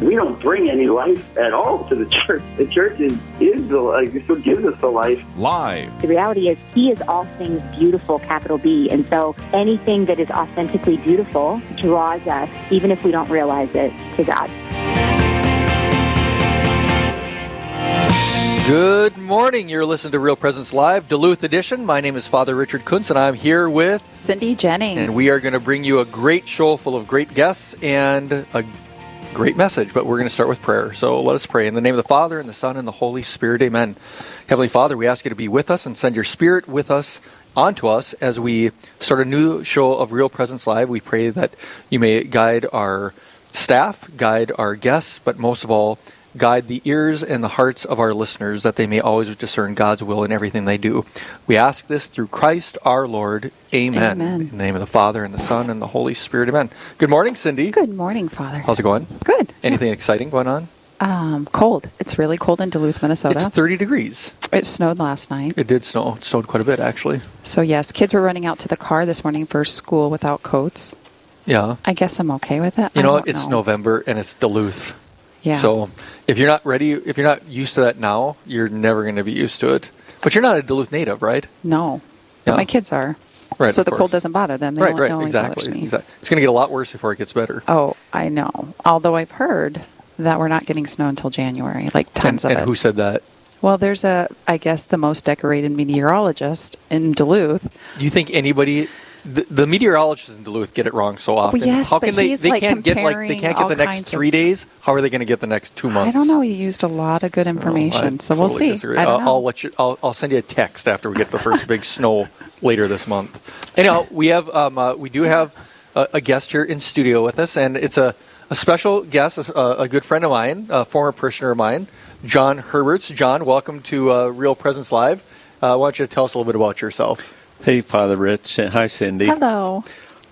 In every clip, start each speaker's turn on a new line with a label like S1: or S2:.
S1: We don't bring any life at all to the church. The church is, is the life. It's what gives us the life.
S2: Live.
S3: The reality is, He is all things beautiful, capital B. And so anything that is authentically beautiful draws us, even if we don't realize it, to God.
S4: Good morning. You're listening to Real Presence Live, Duluth Edition. My name is Father Richard Kuntz, and I'm here with
S5: Cindy Jennings.
S4: And we are going to bring you a great show full of great guests and a great message, but we're going to start with prayer. So let us pray. In the name of the Father, and the Son, and the Holy Spirit, amen. Heavenly Father, we ask you to be with us and send your Spirit with us onto us as we start a new show of Real Presence Live. We pray that you may guide our staff, guide our guests, but most of all, guide the ears and the hearts of our listeners that they may always discern God's will in everything they do. We ask this through Christ our Lord. Amen.
S5: Amen.
S4: In the name of the Father and the Son and the Holy Spirit. Amen. Good morning, Cindy.
S5: Good morning, Father.
S4: How's it going?
S5: Good.
S4: Anything exciting going on?
S5: Um, cold. It's really cold in Duluth,
S4: It's
S5: Minnesota.
S4: 30 degrees.
S5: it snowed last night.
S4: It did snow. It snowed quite a bit, actually.
S5: So, yes, kids were running out to the car this morning for school without coats.
S4: Yeah.
S5: I guess I'm okay with it.
S4: You
S5: I
S4: know,
S5: don't
S4: it's
S5: know.
S4: November and it's Duluth.
S5: Yeah.
S4: So if you're not ready, if you're not used to that now, you're never going to be used to it. But you're not a Duluth native, right?
S5: no. But
S4: Yeah.
S5: my kids are.
S4: Right,
S5: So
S4: of
S5: the cold
S4: course.
S5: doesn't bother them. They
S4: right,
S5: don't
S4: right,
S5: know it bothers
S4: exactly.
S5: me.
S4: exactly. It's going to get a lot worse before it gets better.
S5: Oh, I know. Although I've heard that we're not getting snow until January, like tons
S4: and
S5: of
S4: and
S5: it.
S4: who said that?
S5: well, there's a, I guess, the most decorated meteorologist in Duluth
S4: Do you think anybody? The, the meteorologists in Duluth get it wrong so often.
S5: yes,
S4: How
S5: but
S4: can they?
S5: he's,
S4: they
S5: like,
S4: can't get like they
S5: comparing
S4: can't get
S5: all
S4: the next
S5: kinds of-
S4: three days. How are they going to get the next two months? Oh,
S5: I don't know. You used a lot of good information,
S4: I
S5: so we'll
S4: totally
S5: see.
S4: disagree.
S5: I
S4: I'll,
S5: don't know.
S4: I'll let you. I'll, I'll send you a text after we get the first big snow later this month. Anyhow, we have um, uh, we do have a, a guest here in studio with us, and it's a, a special guest, a, a good friend of mine, a former parishioner of mine, John Herberts. John, welcome to uh, Real Presence Live. Uh, why don't you tell us a little bit about yourself?
S6: Hey, Father Rich. Hi, Cindy.
S5: Hello.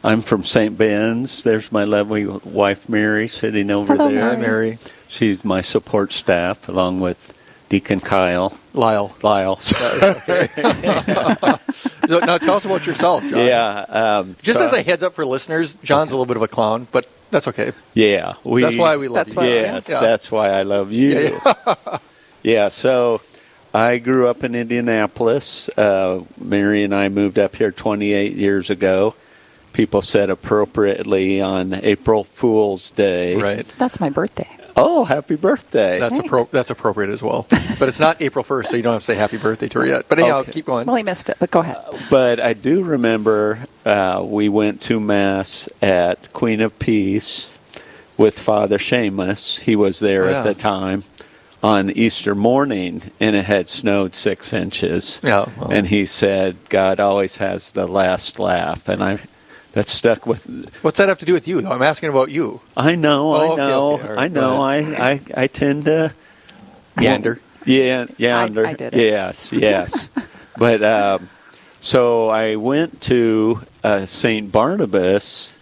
S6: I'm from St. Ben's. There's my lovely wife, Mary, sitting over
S5: Hello,
S6: there.
S4: Hi,
S5: Mary.
S4: Mary.
S6: She's my support staff, along with Deacon Kyle.
S4: Lyle.
S6: Lyle.
S4: So, now tell us about yourself, John.
S6: yeah. Um,
S4: Just
S6: so-
S4: as a heads up for listeners, John's a little bit of a clown, but that's okay.
S6: Yeah. We,
S4: That's why we love
S5: That's
S4: you.
S5: why we
S6: Yes,
S4: Yeah.
S6: that's why I love you.
S4: Yeah,
S6: Yeah, so I grew up in Indianapolis. Uh, Mary and I moved up here 28 years ago. People said appropriately on April Fool's Day.
S4: Right.
S5: That's my birthday.
S6: Oh, happy birthday.
S4: That's
S5: Thanks.
S4: appro- that's appropriate as well. But it's not April 1st, so you don't have to say happy birthday to her yet. But anyhow,
S6: Okay.
S4: keep going.
S5: Well, he missed it, but go ahead.
S4: Uh,
S6: But I do remember uh, we went to Mass at Queen of Peace with Father Seamus. He was there
S4: Oh, yeah.
S6: at the time on Easter morning, and it had snowed six inches.
S4: Yeah, well.
S6: And he said, God always has the last laugh. And I. That stuck with.
S4: What's that have to do with you, though? I'm asking about you.
S6: I know,
S4: Oh,
S6: I
S4: okay,
S6: know,
S4: okay, all right,
S6: I know.
S4: go
S6: I, I, I tend to
S4: Yander.
S6: Yeah, yander.
S5: I did it.
S6: Yes, yes. but um, so I went to uh, St. Barnabas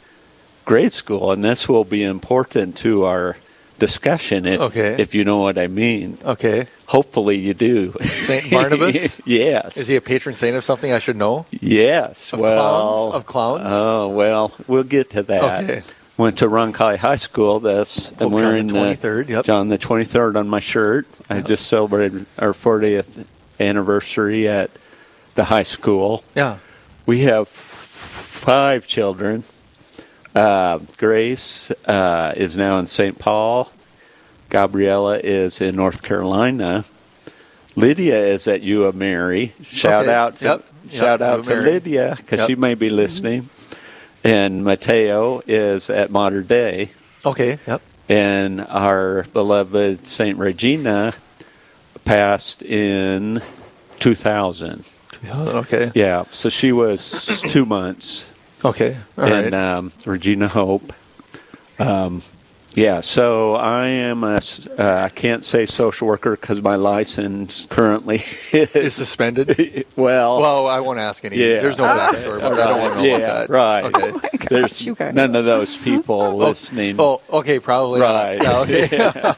S6: grade school, and this will be important to our discussion if,
S4: Okay.
S6: if you know what I mean.
S4: Okay.
S6: Hopefully you do.
S4: St. Barnabas?
S6: yes.
S4: Is he a patron saint of something I should know?
S6: Yes.
S4: Of
S6: well,
S4: clowns? Of clowns?
S6: Oh well, we'll get to that.
S4: Okay.
S6: Went to Ronkai High School. This
S4: Pope John
S6: I'm wearing
S4: the 23rd, yep.
S6: John the 23rd on my shirt. I just celebrated our 40th anniversary at the high school.
S4: Yeah.
S6: We have f- five children. Uh, Grace uh, is now in St. Paul. Gabriella is in North Carolina. Lydia is at U of Mary. Shout
S4: Okay.
S6: out to
S4: Yep. Yep.
S6: shout
S4: U
S6: out
S4: of
S6: to
S4: Mary.
S6: Lydia because
S4: Yep.
S6: she may be listening. And Mateo is at Modern Day,
S4: Okay. Yep.
S6: and our beloved Saint Regina passed in 2000.
S4: 2000, Okay.
S6: Yeah, so she was two months uh,
S4: Okay. All right.
S6: and um, Regina Hope. Um, Yeah, so I am a, s- uh, I can't say social worker because my license currently
S4: Is
S6: is,
S4: suspended?
S6: well,
S4: well, I won't ask any.
S6: Yeah.
S4: There's no backstory about that. I don't want to know
S6: yeah,
S4: about that.
S6: right.
S4: Okay.
S6: There's
S5: you guys.
S6: none of those people listening.
S4: Oh, okay, probably. not.
S6: Right.
S4: Yeah,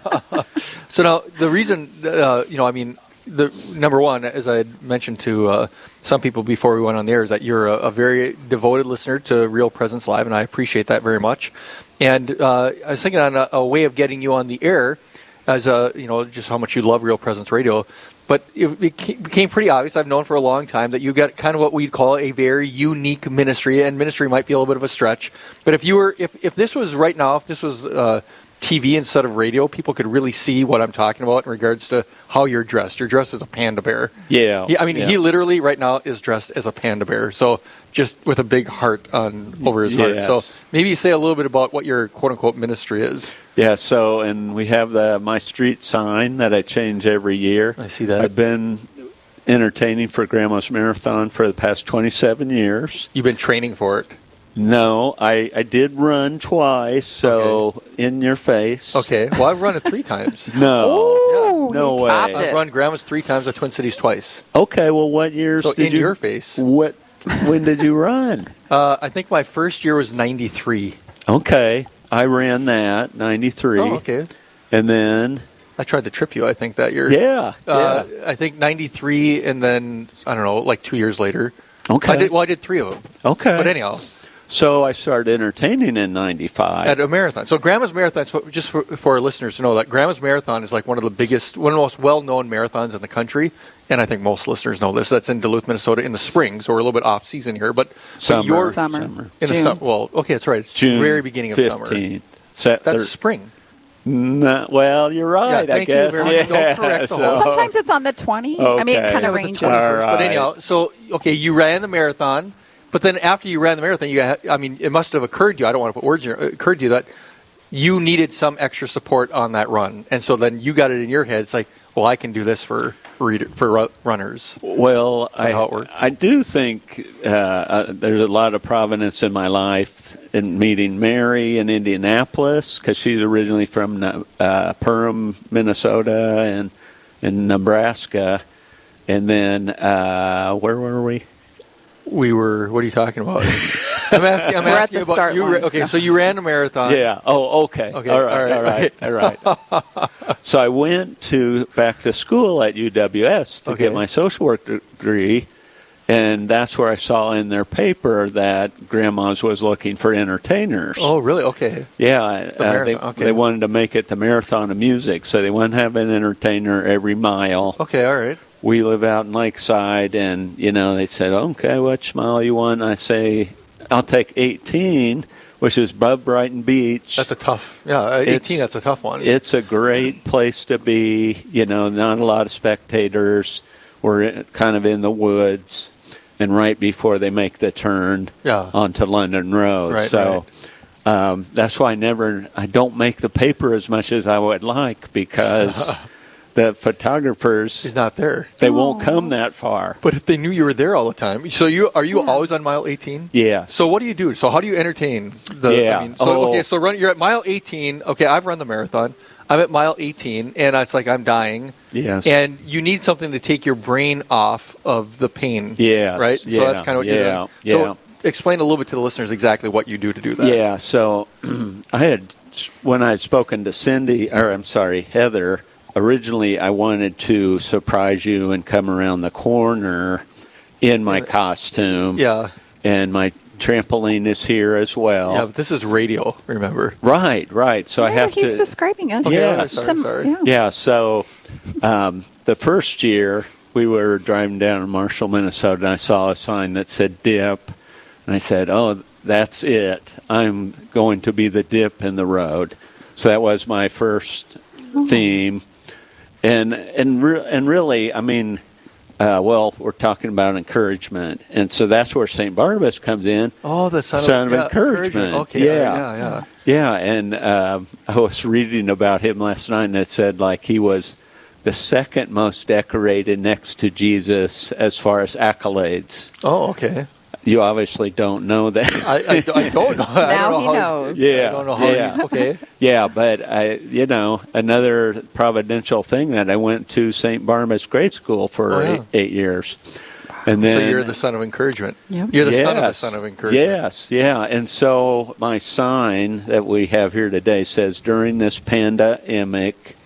S4: okay. so now the reason, uh, you know, I mean, the number one, as I had mentioned to uh, some people before we went on the air, is that you're a, a very devoted listener to Real Presence Live, and I appreciate that very much. And uh, I was thinking on a, a way of getting you on the air, as a you know, just how much you love Real Presence Radio. But it beca- became pretty obvious. I've known for a long time that you got kind of what we'd call a very unique ministry, and ministry might be a little bit of a stretch. But if you were, if if this was right now, if this was uh, TV instead of radio, people could really see what I'm talking about in regards to how you're dressed. You're dressed as a panda bear.
S6: Yeah,
S4: He- I mean,
S6: Oh, yeah.
S4: he literally right now is dressed as a panda bear. So just with a big heart on over his heart.
S6: Yes.
S4: So maybe you say a little bit about what your quote unquote ministry is.
S6: Yeah, so and we have the my street sign that I change every year.
S4: I see that.
S6: I've been entertaining for Grandma's Marathon for the past 27 years.
S4: You've been training for it.
S6: No, I I did run twice, so in your face.
S4: Okay. Oh. Well, I've run it three times.
S6: No.
S5: Ooh,
S6: No
S5: he
S6: way.
S5: topped
S6: I've
S5: it.
S4: I've run Grandma's three times, the Twin Cities twice.
S6: Okay, well what years
S4: So
S6: did
S4: in
S6: you
S4: your face.
S6: What when did you run?
S4: Uh, I think my first year was 93.
S6: Okay. I ran that 93.
S4: Oh, okay.
S6: And then
S4: I tried to trip you, I think, that year.
S6: yeah.
S4: Uh,
S6: yeah.
S4: I think 93, and then, I don't know, like two years later.
S6: Okay.
S4: I did, well, I did three of them.
S6: okay.
S4: But anyhow,
S6: so I started entertaining in 95.
S4: at a marathon. So Grandma's Marathon, so just for, for our listeners to know that Grandma's Marathon is like one of the biggest, one of the most well-known marathons in the country. And I think most listeners know this. That's in Duluth, Minnesota in the spring. So we're a little bit off season here, but but you're-
S5: Summer.
S4: in the
S5: June.
S4: summer. Well, okay, that's right. It's
S6: June
S4: very beginning of
S6: 15th.
S4: summer.
S6: Set
S4: That's
S6: thir-
S4: spring.
S6: no, well, you're right.
S4: Yeah,
S6: I
S4: thank you
S6: guess.
S4: very much. Don't
S6: Yeah,
S4: correct the
S6: so-
S4: whole-
S5: Sometimes it's on the 20. I mean, it
S6: Okay.
S5: kind
S6: Yeah,
S5: of
S6: with the
S5: ranges.
S6: All
S4: But
S6: right.
S4: anyhow, so okay, you ran the marathon, but then after you ran the marathon, you had, I mean, it must have occurred to you. I don't want to put words in your, it occurred to you that you needed some extra support on that run, and so then you got it in your head. It's like, well, I can do this for reader, for ru- runners.
S6: Well,
S4: that
S6: I,
S4: how it worked?
S6: I do think uh, uh, there's a lot of providence in my life in meeting Mary in Indianapolis because she's originally from uh, Perham, Minnesota, and and Nebraska, and then uh, where were we?
S4: We were. What are you talking about? I'm asking. I'm
S5: We're at
S4: asking
S5: the
S4: about
S5: start
S4: you.
S5: line.
S4: ra- Okay, so you ran a marathon.
S6: Yeah. Oh, okay.
S4: Uh, Okay,
S6: All right.
S4: all
S6: All
S4: right,
S6: right. All right. so I went to back to school at UWS to
S4: Okay.
S6: get my social work de- degree, and that's where I saw in their paper that Grandma's was looking for entertainers.
S4: Oh, really? Okay.
S6: Yeah,
S4: The
S6: uh, they,
S4: marathon, okay.
S6: they wanted to make it the marathon of music, so they wanted to have an entertainer every mile.
S4: Okay. All right.
S6: We live out in Lakeside, and you know they said, "Okay, which mile you want?" I say, "I'll take 18, which is Bub Brighton Beach."
S4: That's a tough. Yeah, uh,
S6: It's-
S4: eighteen. That's a tough one.
S6: It's a great place to be. You know, not a lot of spectators. We're in, kind of in the woods, and right before they make the turn
S4: Yeah.
S6: onto London Road.
S4: Right,
S6: so Um, that's why I never. I don't make the paper as much as I would like because the
S4: He's
S6: photographers
S4: not there.
S6: they won't come that far.
S4: But if they knew you were there all the time, so you are you always on mile eighteen?
S6: Yeah.
S4: So what do you do? So how do you entertain the?
S6: Yeah.
S4: I mean, so
S6: Oh.
S4: okay, so run. You're at mile eighteen. Okay, I've run the marathon. I'm at mile eighteen, and it's like I'm dying.
S6: Yes.
S4: And you need something to take your brain off of the pain.
S6: Yes.
S4: Right. So
S6: Yeah.
S4: that's kind of what
S6: Yeah.
S4: you're doing.
S6: Yeah.
S4: So explain a little bit to the listeners exactly what you do to do that.
S6: Yeah, so I had when I had spoken to Cindy, or I'm sorry, Heather. Originally, I wanted to surprise you and come around the corner in my costume.
S4: Yeah.
S6: and my trampoline is here as well.
S4: Yeah. But this is radio. Remember.
S6: Right, right. So I
S5: No,
S6: have
S5: he's
S6: to.
S5: describing it.
S6: Okay, Yeah.
S4: sorry, sorry.
S5: Yeah.
S6: yeah, so um, the first year we were driving down in Marshall, Minnesota, and I saw a sign that said dip. And I said, Oh, that's it. I'm going to be the dip in the road. So that was my first theme. And, and, re- and really, I mean, uh, well, we're talking about encouragement. And so that's where St. Barnabas comes in.
S4: Oh, the son,
S6: Son of
S4: yeah,
S6: encouragement.
S4: Okay.
S6: Yeah.
S4: Yeah. Yeah.
S6: Yeah, and um, I was reading about him last night, and it said like he was the second most decorated next to Jesus as far as accolades.
S4: Oh, okay.
S6: You obviously don't know that.
S4: I, I, I don't know. I
S5: Now
S4: don't know
S5: he
S4: how,
S5: knows.
S6: Yeah,
S4: I don't know how.
S6: yeah.
S4: You, okay.
S6: yeah, but I, you know, another providential thing that I went to St. Barnabas Grade School for
S4: Oh, yeah.
S6: eight, eight years, and then
S4: so you're the son of encouragement.
S5: Yep.
S4: You're the son of the
S6: Yes.
S4: son of encouragement.
S6: Yes, yeah. And so my sign that we have here today says during this pandemic,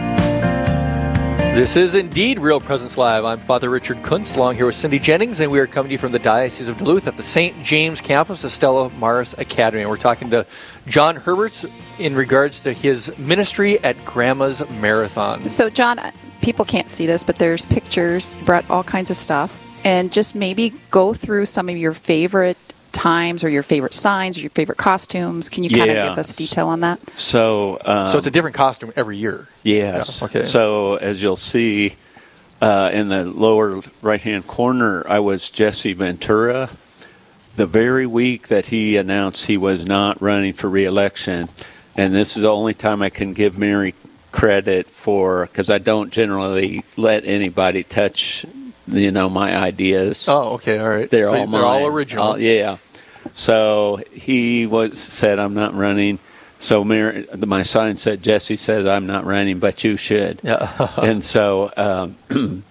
S4: This is indeed Real Presence Live. I'm Father Richard Kuntz, along here with Cindy Jennings, and we are coming to you from the Diocese of Duluth at the St. James campus of Stella Maris Academy. And we're talking to John Herberts in regards to his ministry at Grandma's Marathon.
S5: So, John, uh, people can't see this, but there's pictures, brought all kinds of stuff. And just maybe go through some of your favorite times or your favorite signs or your favorite costumes. Can you kind
S6: Yeah.
S5: of give us detail on that?
S6: So, um,
S4: So it's a different costume every year.
S6: Yes.
S4: Yeah, okay.
S6: So as you'll see uh, in the lower right-hand corner, I was Jesse Ventura. The very week that he announced he was not running for reelection, and this is the only time I can give Mary credit for because I don't generally let anybody touch, you know, my ideas.
S4: Oh, okay, all right.
S6: They're
S4: So
S6: all
S4: they're all
S6: mine.
S4: original.
S6: All- yeah. So he was said, "I'm not running." So Mary, my sign said, "Jesse says I'm not running, but you should."
S4: Yeah.
S6: and so um,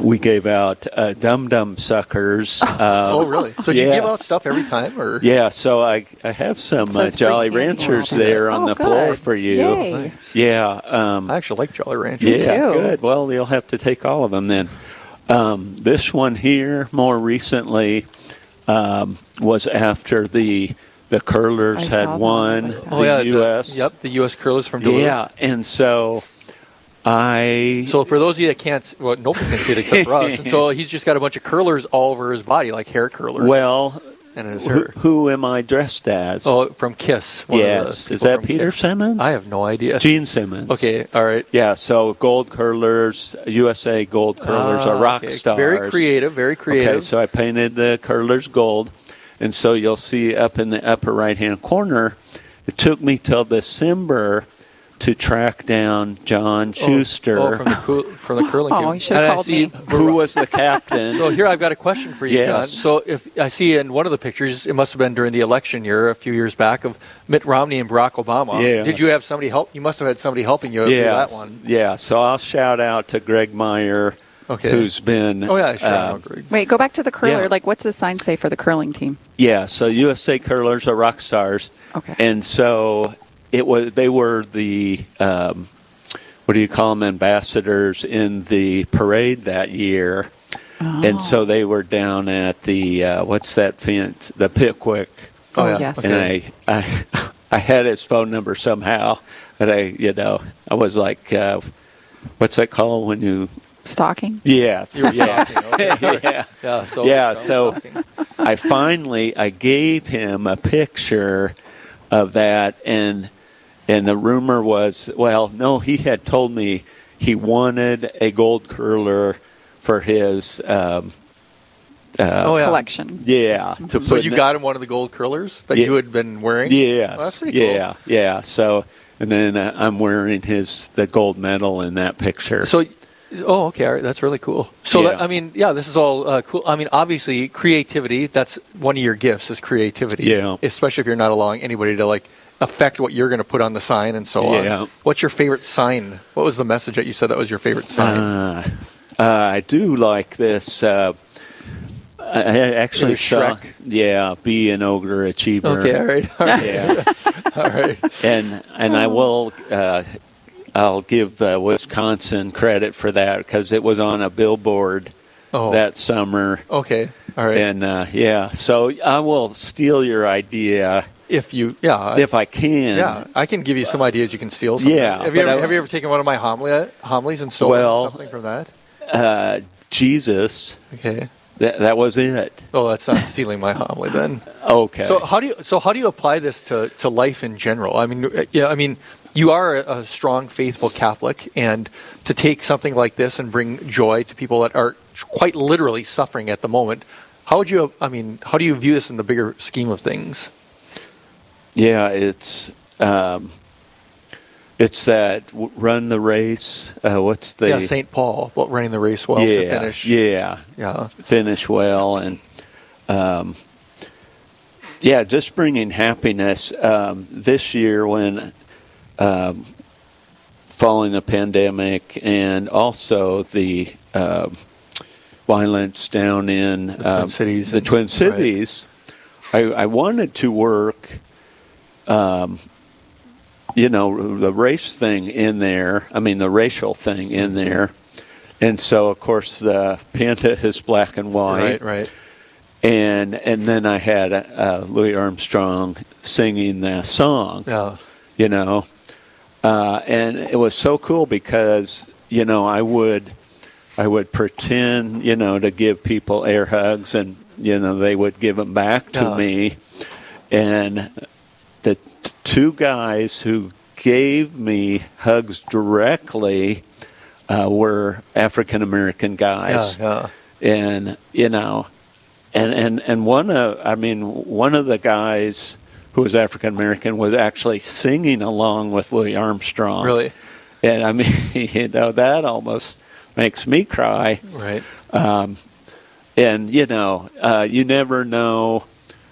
S6: we gave out uh, dum dum suckers. Uh,
S4: oh, really? So do you give
S6: yes.
S4: out stuff every time, or
S6: yeah, so I I have some
S5: So
S6: uh,
S5: it's free
S6: Jolly
S5: candy
S6: Ranchers
S5: all
S6: there on
S5: Oh,
S6: the floor
S5: good.
S6: for you.
S5: Yay.
S4: Thanks.
S6: Yeah. Um,
S4: I actually like Jolly Ranchers.
S6: yeah,
S5: too.
S6: good. Well, you'll have to take all of them then. Um, this one here, more recently, um, was after the the
S5: I
S6: Curlers
S5: saw
S6: had
S5: that.
S6: won
S5: Oh,
S6: the U.S.
S4: yep, the U.S. curlers from Duluth.
S6: Yeah, and so I
S4: So for those of you that can't, s- well, nobody can see it except for us. And so he's just got a bunch of curlers all over his body, like hair curlers.
S6: well,
S4: and in his
S6: who,
S4: hair.
S6: who am I dressed as?
S4: Oh, from Kiss. one of the
S6: yes, is
S4: people
S6: that
S4: from
S6: Peter
S4: Kiss.
S6: Simmons?
S4: I have no idea.
S6: Gene Simmons.
S4: Okay, all right.
S6: Yeah, so gold curlers, USA gold curlers
S4: Ah,
S6: are rock
S4: okay.
S6: stars.
S4: Very creative. Very creative.
S6: Okay, so I painted the curlers gold, and so you'll see up in the upper right hand corner. It took me till December to track down John
S4: Oh,
S6: Schuster,
S4: oh, from the cool, from the curling
S5: Oh,
S4: team.
S5: you should've
S4: And I
S5: called
S4: see-
S5: me.
S6: who was the captain.
S4: So here I've got a question for you,
S6: Yes.
S4: John. So if I see in one of the pictures, it must have been during the election year a few years back of Mitt Romney and Barack Obama.
S6: Yes.
S4: Did you have somebody help? You must have had somebody helping you do that
S6: Yes.
S4: one.
S6: Yeah, so I'll shout out to Greg Meyer
S4: Okay.
S6: who's been. uh,
S4: Oh, yeah, sure, I agree.
S5: Wait, go back to the curler.
S6: Yeah.
S5: Like, what's the sign say for the curling team?
S6: Yeah, so USA Curlers are rock stars.
S5: Okay.
S6: And so it was they were the um, what do you call them ambassadors in the parade that year. And so they were down at the uh, what's that fence? The Pickwick.
S5: Oh, Oh, yeah. yes.
S6: And
S5: Okay.
S6: I, I I had his phone number somehow, and I you know I was like, uh, what's that called when you?
S5: Stalking?
S6: Yes.
S4: You were
S6: yeah.
S4: stalking, okay.
S6: yeah.
S4: Yeah, so-
S6: yeah.
S4: so-
S6: So I finally I gave him a picture of that, and and the rumor was well, no, he had told me he wanted a gold curler for his um,
S4: oh, yeah.
S5: Collection.
S6: yeah. To
S4: So
S6: put
S4: you
S6: in-
S4: got him one of the gold curlers that
S6: Yeah.
S4: you had been wearing?
S6: Yes.
S4: Oh, that's pretty cool.
S6: yeah. Yeah. So and then uh, I'm wearing his the gold medal in that picture.
S4: So, oh, okay, all right, that's really cool. So,
S6: Yeah.
S4: that, I mean, yeah, this is all uh, cool. I mean, obviously, creativity—that's one of your gifts—is creativity.
S6: Yeah.
S4: Especially if you're not allowing anybody to like affect what you're going to put on the sign and so on.
S6: Yeah.
S4: What's your favorite sign? What was the message that you said that was your favorite sign?
S6: Uh, uh, I do like this. Uh, I I actually
S4: It was
S6: saw,
S4: Shrek.
S6: yeah, be an ogre achiever.
S4: okay, all right, all right,
S6: Yeah,
S4: all right.
S6: and and I will. Uh, I'll give uh, Wisconsin credit for that because it was on a billboard
S4: Oh,
S6: that summer.
S4: okay, all right.
S6: And uh, yeah, so I will steal your idea
S4: if you, yeah,
S6: if I can.
S4: yeah, I can give you some ideas you can steal. Something.
S6: Yeah,
S4: Have you,
S6: but
S4: ever,
S6: I-
S4: have you ever taken one of my homily, homilies and stolen
S6: Well-
S4: something from that?
S6: Uh, Jesus,
S4: Okay.
S6: that that was it.
S4: Oh, that's not stealing my homily then.
S6: Okay.
S4: So how do you so how do you apply this to, to life in general? I mean, uh, yeah, I mean, you are a, a strong, faithful Catholic, and to take something like this and bring joy to people that are quite literally suffering at the moment, how would you? I mean, how do you view this in the bigger scheme of things?
S6: Yeah, it's um, it's that w- run the race. Uh, what's the
S4: yeah, Saint Paul, well, running the race well to
S6: yeah,
S4: finish.
S6: Yeah,
S4: Yeah.
S6: finish well and um, yeah, just bringing happiness. Um, this year, when um, following the pandemic and also the um violence down in
S4: The
S6: um,
S4: Twin Cities
S6: the
S4: and-
S6: Twin
S4: right.
S6: Cities, I, I wanted to work. Um, you know the race thing in there. I mean the racial thing in there, and so of course the panda is black and white
S4: right, right.
S6: and and then I had uh, Louis Armstrong singing the song,
S4: Yeah,
S6: you know, uh, and it was so cool because you know I would I would pretend you know to give people air hugs and you know they would give them back to
S4: Yeah.
S6: me, and the t- two guys who gave me hugs directly uh, were African American
S4: yeah,
S6: guys
S4: yeah.
S6: and you know, and and and one of I mean one of the guys who was African American was actually singing along with Louis Armstrong.
S4: Really,
S6: and I mean you know that almost makes me cry.
S4: right.
S6: And you know, uh, you never know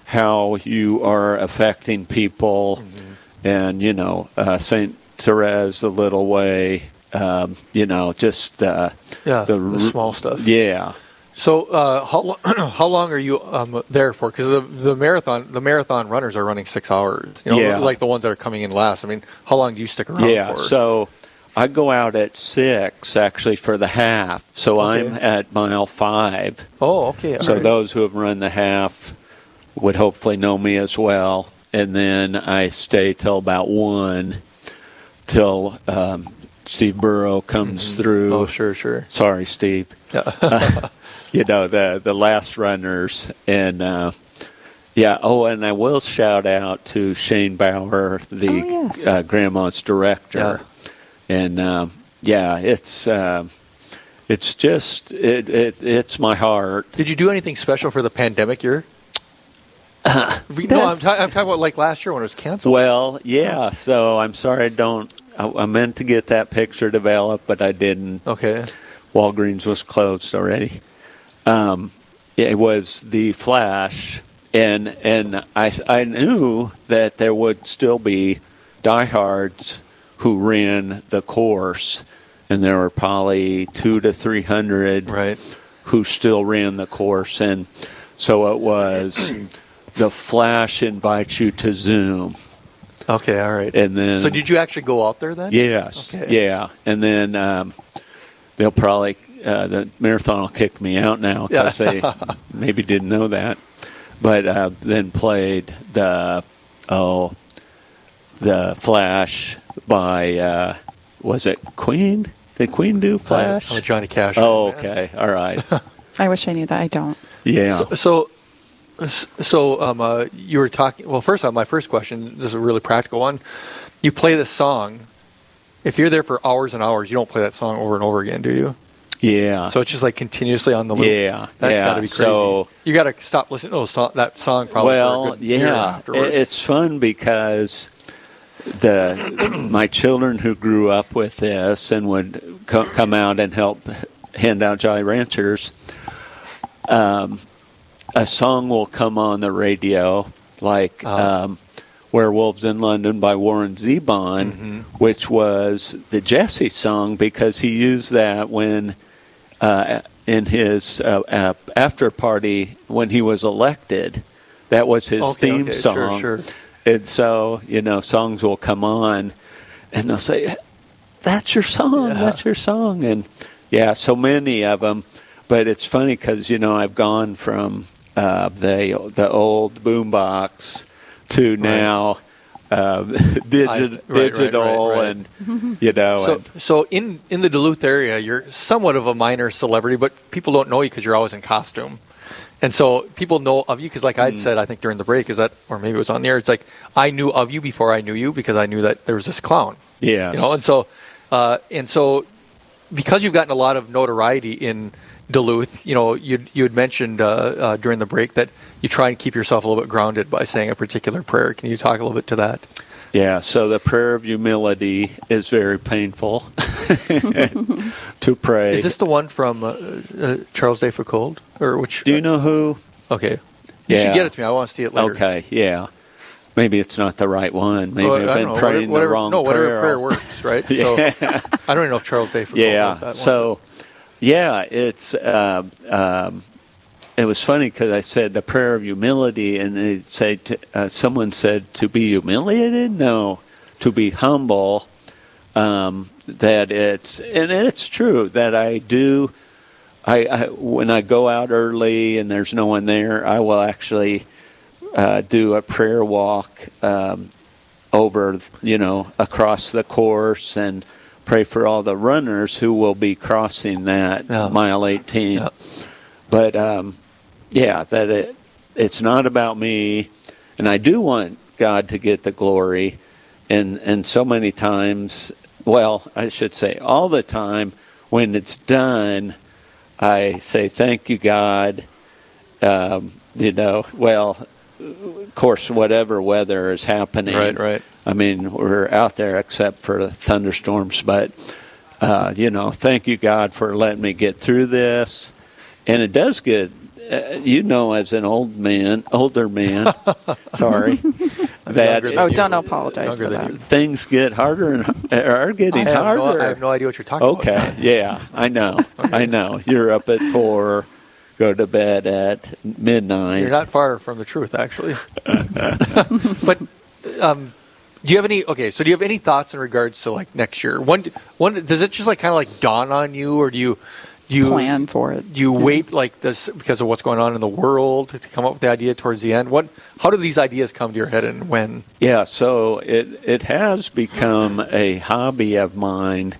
S6: how you are affecting people,
S4: Mm-hmm.
S6: and you know, uh, Saint Therese, the little way. Um, you know, just uh,
S4: Yeah,
S6: r-
S4: the small stuff.
S6: Yeah,
S4: So uh, how lo- how long are you um, there for? Because the, the marathon the marathon runners are running six hours. You know,
S6: Yeah.
S4: like the ones that are coming in last. I mean, how long do you stick around
S6: yeah,
S4: for?
S6: so I go out at six actually for the half. So
S4: Okay.
S6: I'm at mile five.
S4: oh, okay. all
S6: so
S4: right.
S6: those who have run the half would hopefully know me as well. And then I stay till about one, till um, Steve Burrow comes through.
S4: oh, sure, sure.
S6: Sorry, Steve. you know the the last runners and uh, yeah. Oh, and I will shout out to Shane Bauer, the
S5: Oh, yes.
S6: uh, Grandma's director, and um, yeah, it's um it's just it, it it's my heart.
S4: Did you do anything special for the pandemic year? no, I'm,
S5: This-
S4: ta- I'm talking about like last year when it was canceled.
S6: Well, yeah. So I'm sorry, I don't. I, I meant to get that picture developed, but I didn't.
S4: Okay.
S6: Walgreens was closed already. Um, it was the flash, and and I I knew that there would still be diehards who ran the course and there were probably two to three hundred who still ran the course, and so it was. the flash invites you to Zoom.
S4: Okay, all right.
S6: And then
S4: so did you actually go out there then?
S6: Yes.
S4: Okay.
S6: Yeah. And then um, they'll probably uh, the marathon will kick me out now because
S4: Yeah.
S6: they maybe didn't know that. But uh, then played the oh the Flash by uh, was it Queen? Did Queen do Flash?
S4: Oh, Johnny Cash.
S6: Oh, okay. All right.
S5: I wish I knew that. I don't.
S6: Yeah.
S4: So, so, so um, uh, you were talking. Well, first off, my first question. This is a really practical one. You play this song. If you're there for hours and hours, you don't play that song over and over again, do you?
S6: yeah.
S4: So it's just like continuously on the loop.
S6: Uh. Yeah,
S4: that's
S6: yeah.
S4: got to be crazy.
S6: So-
S4: you got to stop listening. Oh, so, that song probably. for
S6: well
S4: a good year
S6: yeah
S4: afterwards.
S6: It- it's fun because the my children who grew up with this and would co- come out and help hand out jolly ranchers um, a song will come on the radio like
S4: Oh.
S6: um, werewolves in london by warren zevon
S4: Mm-hmm.
S6: which was the jesse song because he used that when uh, in his uh, uh, after party when he was elected. That was his
S4: Okay,
S6: theme
S4: okay, sure,
S6: song.
S4: sure.
S6: And so, you know, songs will come on and they'll say, That's your song. That's your song. And yeah, so many of them. But it's funny because, you know, I've gone from uh, the, the old boombox to now. Uh, digi-
S4: I- right, right, right,
S6: digital
S4: right.
S6: and you know
S4: So,
S6: and-
S4: so in, in the Duluth area, you're somewhat of a minor celebrity, but people don't know you because you're always in costume. And so people know of you because, like
S6: Hmm.
S4: I'd said, I think during the break, is that, or maybe it was on the air, it's like I knew of you before I knew you because I knew that there was this clown.
S6: Yes.
S4: You know, and so, uh, and so because you've gotten a lot of notoriety in Duluth, you know, you you had mentioned uh, uh, during the break that you try and keep yourself a little bit grounded by saying a particular prayer. Can you talk a little bit to that?
S6: Yeah, so the prayer of humility is very painful to pray.
S4: Is this the one from uh, uh, Charles Day Foucault, or which? uh,
S6: Do you know who?
S4: Okay, you
S6: Yeah.
S4: should get it to me. I want to see it later.
S6: Okay, yeah. Maybe it's not the right one. Maybe
S4: Oh, I
S6: I've
S4: don't
S6: been
S4: know,
S6: praying
S4: whatever,
S6: the wrong
S4: No,
S6: prayer.
S4: whatever prayer works, right? So
S6: Yeah.
S4: I don't even know if Charles Day Foucault. wrote that
S6: yeah.
S4: one.
S6: So, yeah, it's um um, it was funny because I said the prayer of humility, and they say to, uh, someone said to be humiliated. No, to be humble. Um, that it's and it's true that I do. I, I when I go out early and there's no one there, I will actually uh, do a prayer walk um, over, you know, across the course and pray for all the runners who will be crossing that
S4: Yeah.
S6: mile 18. But um, yeah, that it, it's not about me, and I do want God to get the glory, and and so many times, well, I should say all the time when it's done, I say thank you God, um, you know, well, of course, whatever weather is happening,
S4: Right, right.
S6: I mean, we're out there except for the thunderstorms, but uh, you know, thank you God for letting me get through this. And it does get, uh, you know, as an old man, older man, sorry, that
S4: younger than
S5: Oh,
S4: you.
S5: don't apologize for
S4: Younger
S5: that.
S4: than you.
S6: things get harder and are
S4: I
S6: getting
S4: have,
S6: harder.
S4: no, I have no idea what you're talking about.
S6: Okay, yeah, I know, I know. You're up at four, go to bed at midnight.
S4: You're not far from the truth, actually. but um, do you have any? Okay, so do you have any thoughts in regards to like next year? When, when does it just like kind of like dawn on you, or do you do you
S5: Plan for it.
S4: Do you wait like this because of what's going on in the world to come up with the idea towards the end? What? How do these ideas come to your head, and when?
S6: Yeah, so it it has become a hobby of mine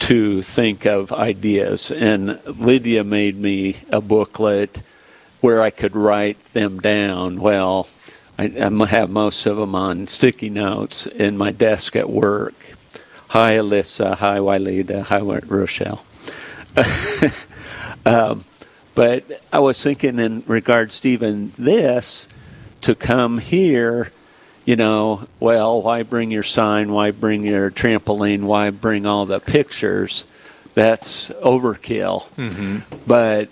S6: to think of ideas, and Lydia made me a booklet where I could write them down. Well, I, I have most of them on sticky notes in my desk at work. Hi, Alyssa. Hi, Wailida. Hi, Rochelle. Um, But I was thinking in regards to even this, to come here, you know, well, why bring your sign? Why bring your trampoline? Why bring all the pictures? That's overkill. But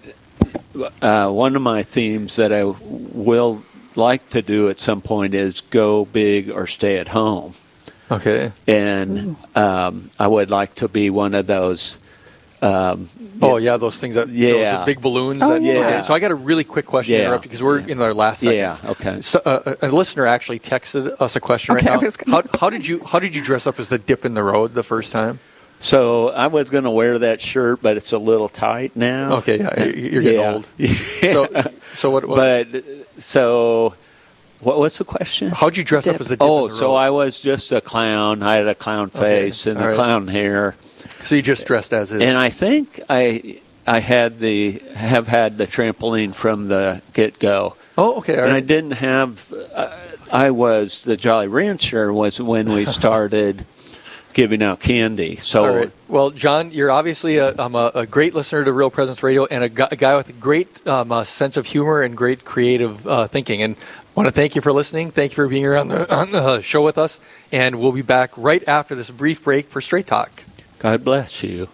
S6: uh, one of my themes that I will like to do at some point is go big or stay at home.
S4: Okay.
S6: and um, I would like to be one of those. Um,
S4: Oh yeah, those things that
S6: Yeah.
S4: those big balloons.
S6: Oh,
S4: that,
S6: yeah.
S4: okay, so I got a really quick question
S6: Yeah.
S4: to interrupt because we're in our last
S6: Yeah,
S4: seconds.
S6: okay.
S4: So, uh, a a listener actually texted us a question
S5: Okay, I
S4: right
S5: was
S4: now. How, how did you how did you dress up as the dip in the road the first time?
S6: So I was going to wear that shirt, but it's a little tight now.
S4: Okay, yeah, you- you're getting
S6: Oh. Yeah.
S4: old. So so what? what
S6: But so, what was the question?
S4: how'd you dress up as a dip in
S6: Oh,
S4: the
S6: so
S4: road?
S6: I was just a clown. I had a clown
S4: Okay,
S6: face and
S4: all
S6: the
S4: right.
S6: clown hair,
S4: so you just dressed as it.
S6: and I think I I had the have had the trampoline from the get go.
S4: oh okay. all
S6: and I
S4: right.
S6: didn't have. Uh, I was the Jolly Rancher was when we started giving out candy. So
S4: All right. Well, John, you're obviously a, um, a, a great listener to Real Presence Radio and a, gu- a guy with a great um, uh, sense of humor and great creative uh, thinking. And want to thank you for listening. Thank you for being here on the, on the show with us. And we'll be back right after this brief break for Straight Talk.
S6: God bless you.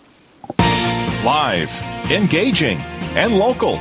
S2: Live, engaging, and local.